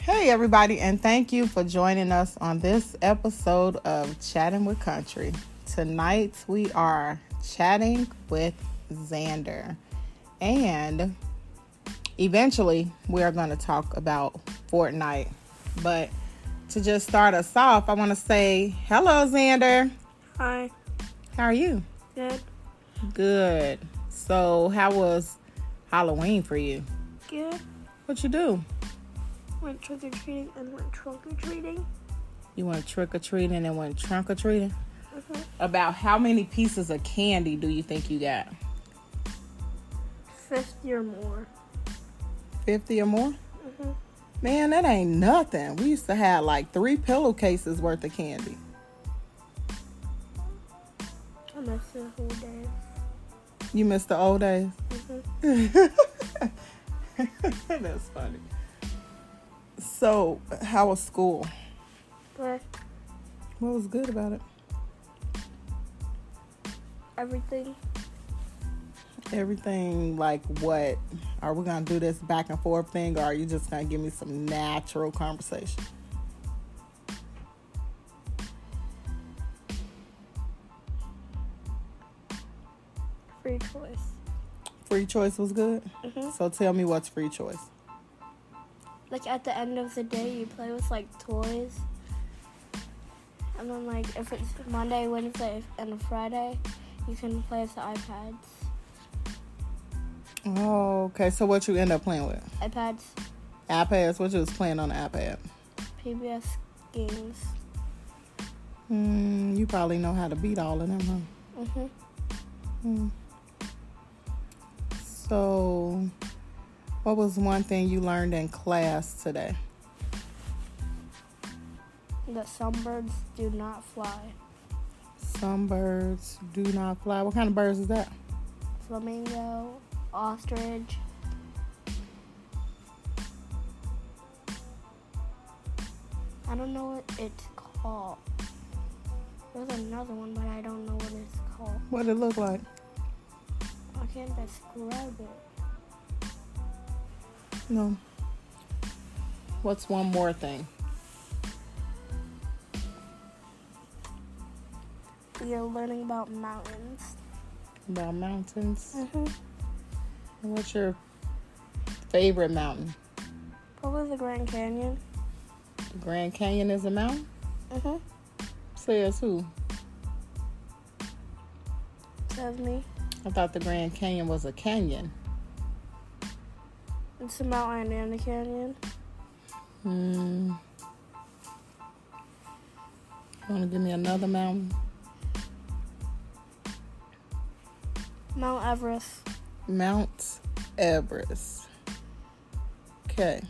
Hey, everybody, and thank you for joining us on this episode of Chatting with Country. Tonight, we are chatting with Xander, and eventually, we are going to talk about Fortnite. But to just start us off, I want to say hello, Xander. Hi. How are you? Good. Good. So, how was Halloween for you? Good. What you do? Went trick or treating and went trunk or treating. You went trick or treating and went trunk or treating? hmm About how many pieces of candy do you think you got? Fifty or more. 50 or more? hmm Mm-hmm. Man, that ain't nothing. We used to have like three pillowcases worth of candy. I missed the whole day. You miss the old days. hmm Mm-hmm. That's funny. So, how was school? But What was good about it? everything. Everything like what? Are we gonna do this back and forth thing, or are you just gonna give me some natural conversation? Free choice. Free choice was good. hmm So tell me what's free choice. Like at the end of the day, you play with like toys. And then like if it's Monday, Wednesday, and Friday, you can play with the iPads. Oh, okay. So what you end up playing with? iPads, iPads. What you was playing on the iPad? PBS games. Hmm, you probably know how to beat all of them, huh? hmm Hmm. So, what was one thing you learned in class today? That some birds do not fly. Some birds do not fly. What kind of birds is that? flamingo, ostrich. I don't know what it's called. There's another one, but I don't know what it's called. What it look like? I can't describe it. No. What's one more thing? You're learning about mountains. About mountains. Mm-hmm. What's your favorite mountain? Probably the Grand Canyon. The Grand Canyon is a mountain? Mm-hmm. Says who? Says me. I thought the Grand Canyon was a canyon. It's the Mount Indiana Canyon. Hmm. Want to give me another mountain? Mount Everest. Mount Everest. Okay.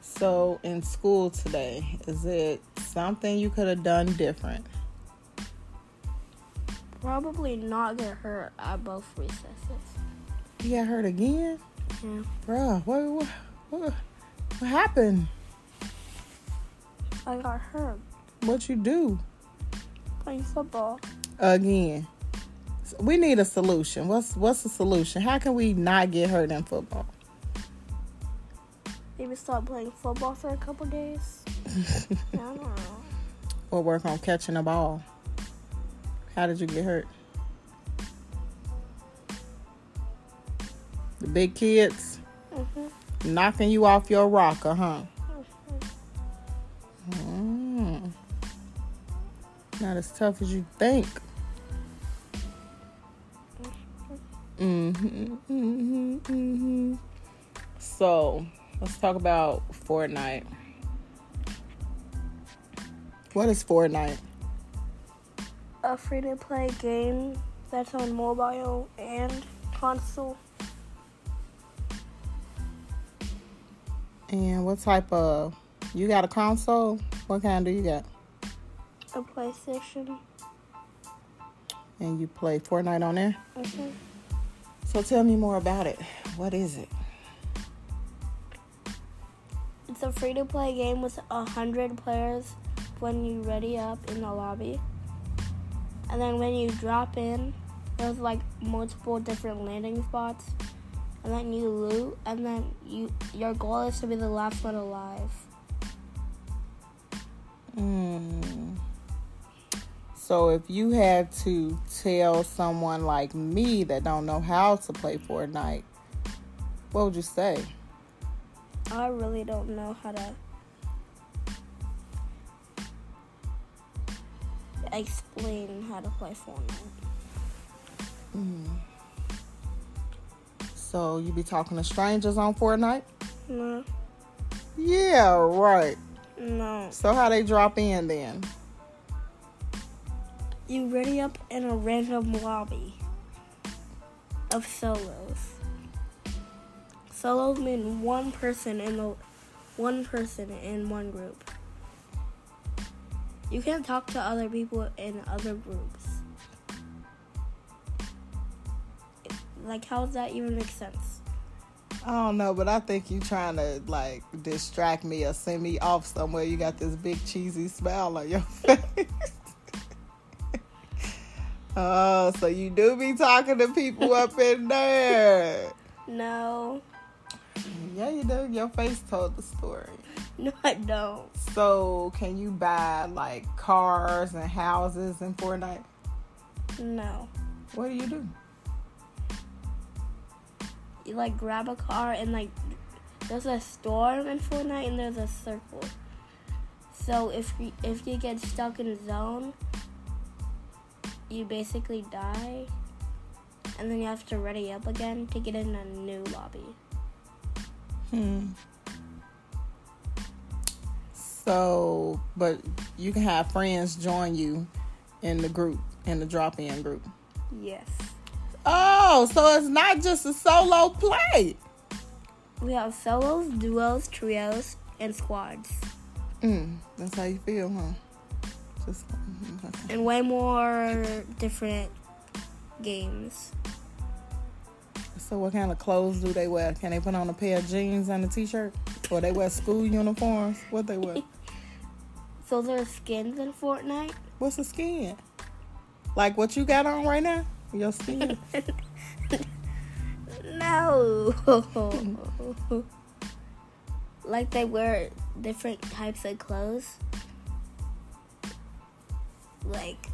So in school today, is it something you could have done different? Probably not get hurt at both recesses. You got hurt again, Yeah. bruh. What what what, what happened? I got hurt What you do playing football. again? S- We need a solution. What's what's the solution? How can we not get hurt in football? Maybe stop playing football for a couple days. I don't know. or work on catching a ball? How did you get hurt? The big kids Mm-hmm. knocking you off your rocker, huh? Mm. Not as tough as you think. Mm-hmm, mm-hmm, mm-hmm. So, let's talk about Fortnite. What is Fortnite? A Uh, free to play game that's on mobile and console. And what type of you got a console? What kind do you got? A PlayStation. And you play Fortnite on there? Mm-hmm. So tell me more about it. What is it? It's a free to play game with a hundred players when you ready up in the lobby. And then when you drop in, there's like multiple different landing spots. And then you loot and then you your goal is to be the last one alive. Mm. So if you had to tell someone like me that don't know how to play Fortnite, what would you say? I really don't know how to explain how to play Fortnite. So you be talking to strangers on Fortnite? No, Yeah, right. no. So how they drop in then? You ready up in a random lobby of solos. Solos mean one person in the one person in one group. You can't talk to other people in other groups. Like, how does that even make sense? I don't know, but I think you trying to like distract me or send me off somewhere. You got this big cheesy smile on your face. oh, so you do be talking to people up in there. No, Yeah, you do. Your face told the story. no, I don't. So, can you buy like cars and houses in Fortnite? No. What do you do? you like grab a car and like there's a storm in Fortnite and there's a circle. So if you, if you get stuck in a zone, you basically die, and then you have to ready up again to get in a new lobby. Hmm. So, but you can have friends join you in the group, in the drop in group. Yes, Oh, so it's not just a solo play. we have solos, duos, trios, and squads, Mm, that's how you feel, huh? Just mhm, okay. and way more different games. so, what kind of clothes do they wear? Can they put on a pair of jeans and a t-shirt, or they wear school uniforms? What they wear? So there's skins in Fortnite. What's the skin? Like what you got on right now? Your skin. No. like they wear different types of clothes. Like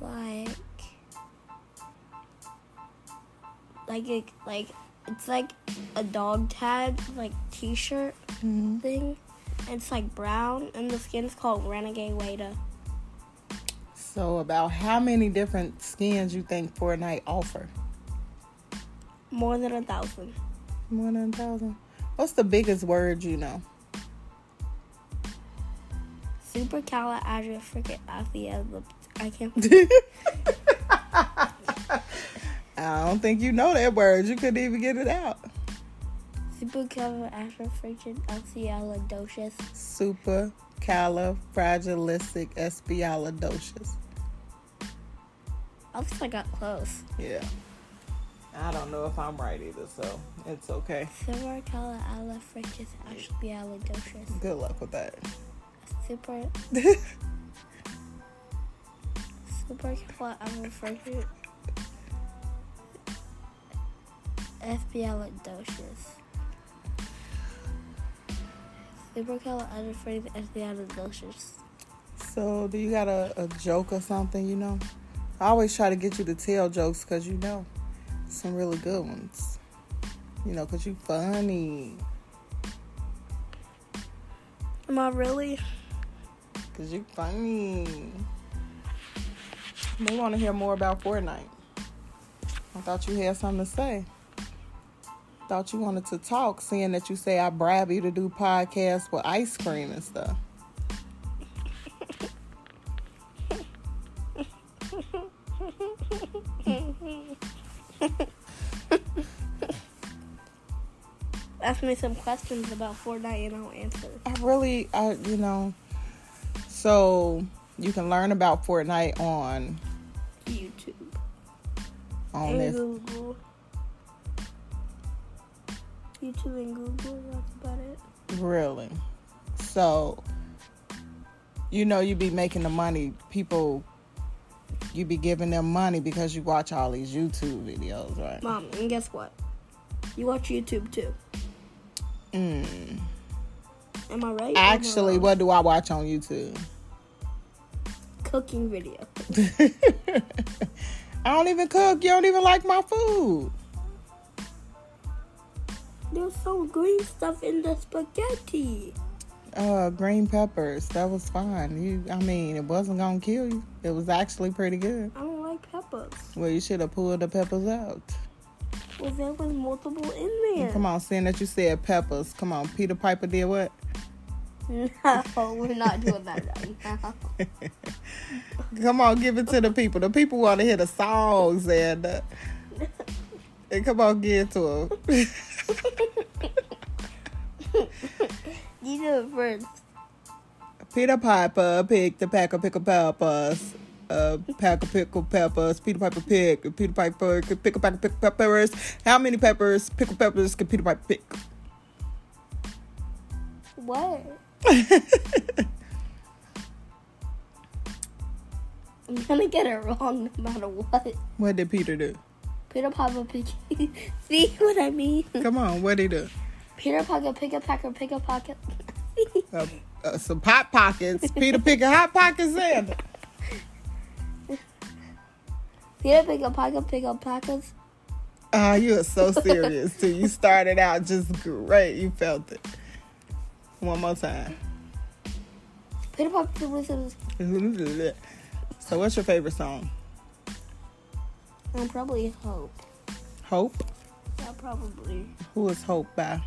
like like it, like it's like a dog tag like t-shirt Mhm. thing. It's like brown and the skin is called Renegade Waiter. So about how many different skins you think Fortnite offer? More than a thousand. More than a thousand. What's the biggest word you know? Supercalifragilistic. I can't. I don't think you know that word. You couldn't even get it out. Supercalifragilisticexpialidocious. Super califragilistic espialidocious. At least I got close. Yeah. I don't know if I'm right either, so it's okay. Supercalifragilisticexpialidocious. Good luck with that. Super. Supercalifragilistic. Espialidocious. Supercalifragilisticexpialidocious. So, do you got a, a joke or something, you know? I always try to get you to tell jokes because you know some really good ones. You know, because you funny. Am I really? Because you funny. We want to hear more about Fortnite. I thought you had something to say. Thought you wanted to talk, seeing that you say I bribe you to do podcasts with ice cream and stuff. Ask me some questions about Fortnite and I'll answer. I really, I you know, so you can learn about Fortnite on YouTube. on And this. Google. YouTube and Google, that's about it. Really. So, you know, you be making the money. People, you be giving them money because you watch all these YouTube videos, right? Mom, and guess what? You watch YouTube too. Mm. Am I right? Actually, what what do I watch on YouTube? cooking video? I don't even cook. You don't even like my food. There's some green stuff in the spaghetti. Uh, green peppers. That was fine. You, I mean, it wasn't gonna kill you. It was actually pretty good. I don't like peppers. Well, you should have pulled the peppers out. Well, there was multiple in there. Come on, seeing that you said peppers. Come on, Peter Piper did what? No, we're not doing that right now. Come on, give it to the people. The people want to hear the songs and, uh, and come on, give it to them. You do it first. Peter Piper picked a pack of pickle peppers. A pack of pickle peppers. Peter Piper picked. Peter Piper could pick a pack of pickle peppers. How many peppers, pickle peppers, could Peter Piper pick? What? I'm gonna get it wrong no matter what. what did Peter do? Peter Piper pick. See what I mean? Come on, what did he do? Peter Piper pick a packer, pick a pocket. Uh, uh, some hot pockets. Peter picked a hot pockets in. Peter pick a pocket, pick a pockets. Ah, you are so serious too. You started out just great. You felt it. One more time. Peter Piper was so, what's your favorite song? and probably hope. Hope. Yeah, probably. Who is Hope by?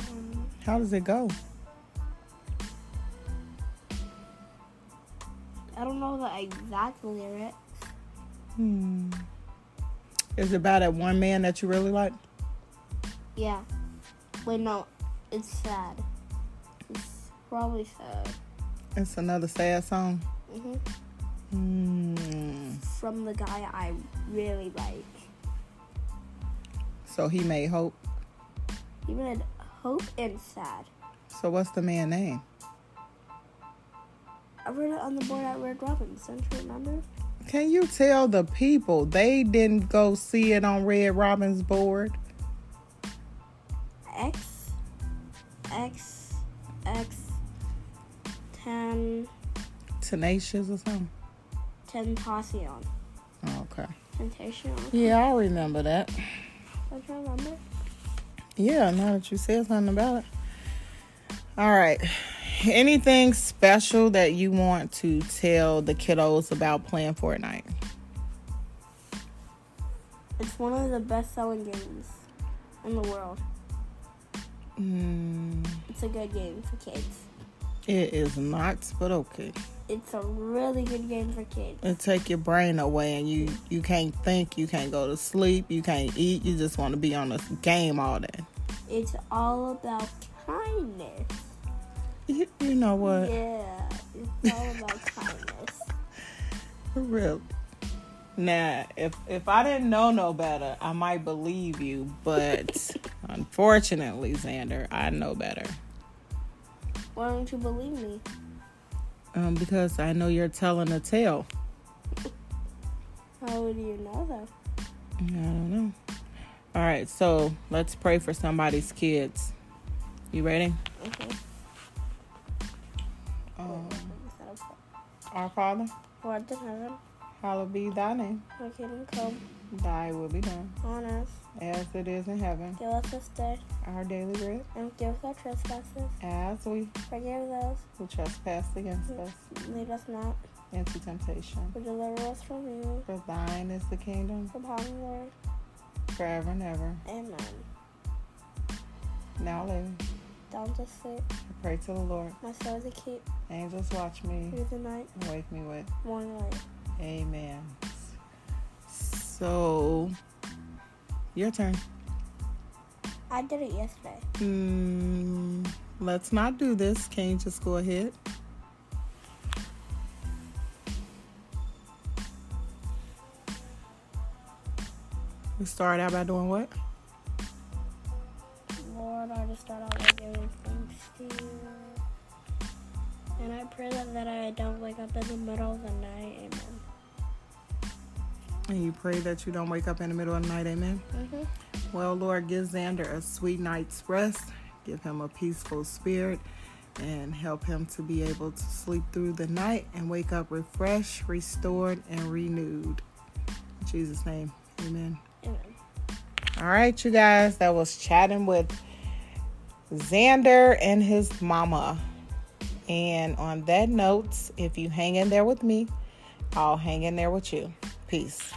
Um, How does it go? I don't know the exact lyrics. Hmm. Is it about that one man that you really like? Yeah. Wait, no. It's sad. It's probably sad. It's another sad song. hmm Hmm. From the guy I really like. So he made Hope. He read Hope and Sad. So what's the man name? I read it on the board at Red Robin's. Don't you remember? Can you tell the people they didn't go see it on Red Robin's board? X, X, X, 10, Tenacious or something? Oh, Tentacion. Okay. Tentacion. Yeah, I remember that. Don't you remember? Yeah, now that you said something about it. All right. Anything special that you want to tell the kiddos about playing Fortnite? It's one of the best selling games in the world. Mm, It's a good game for kids. it is not, but okay. It's a really good game for kids. It take your brain away, and you you can't think, you can't go to sleep, you can't eat. You just want to be on this game all day. It's all about kindness. You, you know what? Yeah, it's all about kindness. For real. Nah, if if I didn't know no better, I might believe you, but unfortunately, Xander, I know better. Why don't you believe me? Um, because I know you're telling a tale. How do you know that? I don't know. All right, so let's pray for somebody's kids. You ready? Okay. Um, Is that okay? our Father, Who art in heaven, hallowed be thy name. thy kingdom come, Thy will be done, on earth, as it is in heaven. give us this day, Our daily bread, and forgive us our trespasses, as we forgive us, who trespass against us lead us not, into temptation. but deliver us from evil. For thine is the kingdom, From heaven, Lord. forever and ever. Amen. Now, living, Down to sleep, I pray to the Lord. my soul is a keep, Angels watch me through the night, and wake me with. morning light. Amen. So, your turn. I did it yesterday. Hmm, let's not do this. Can you just go ahead? We start out by doing what? Lord, I just start out by giving thanks to you. And I pray that, that I don't wake up in the middle of the night. Amen. And you pray that you don't wake up in the middle of the night. Amen. Mm-hmm. Well, Lord, give Xander a sweet night's rest. Give him a peaceful spirit and help him to be able to sleep through the night and wake up refreshed, restored, and renewed. In Jesus' name, amen. Amen. All right, you guys, that was chatting with Xander and his mama. And on that note, if you hang in there with me, I'll hang in there with you. Peace.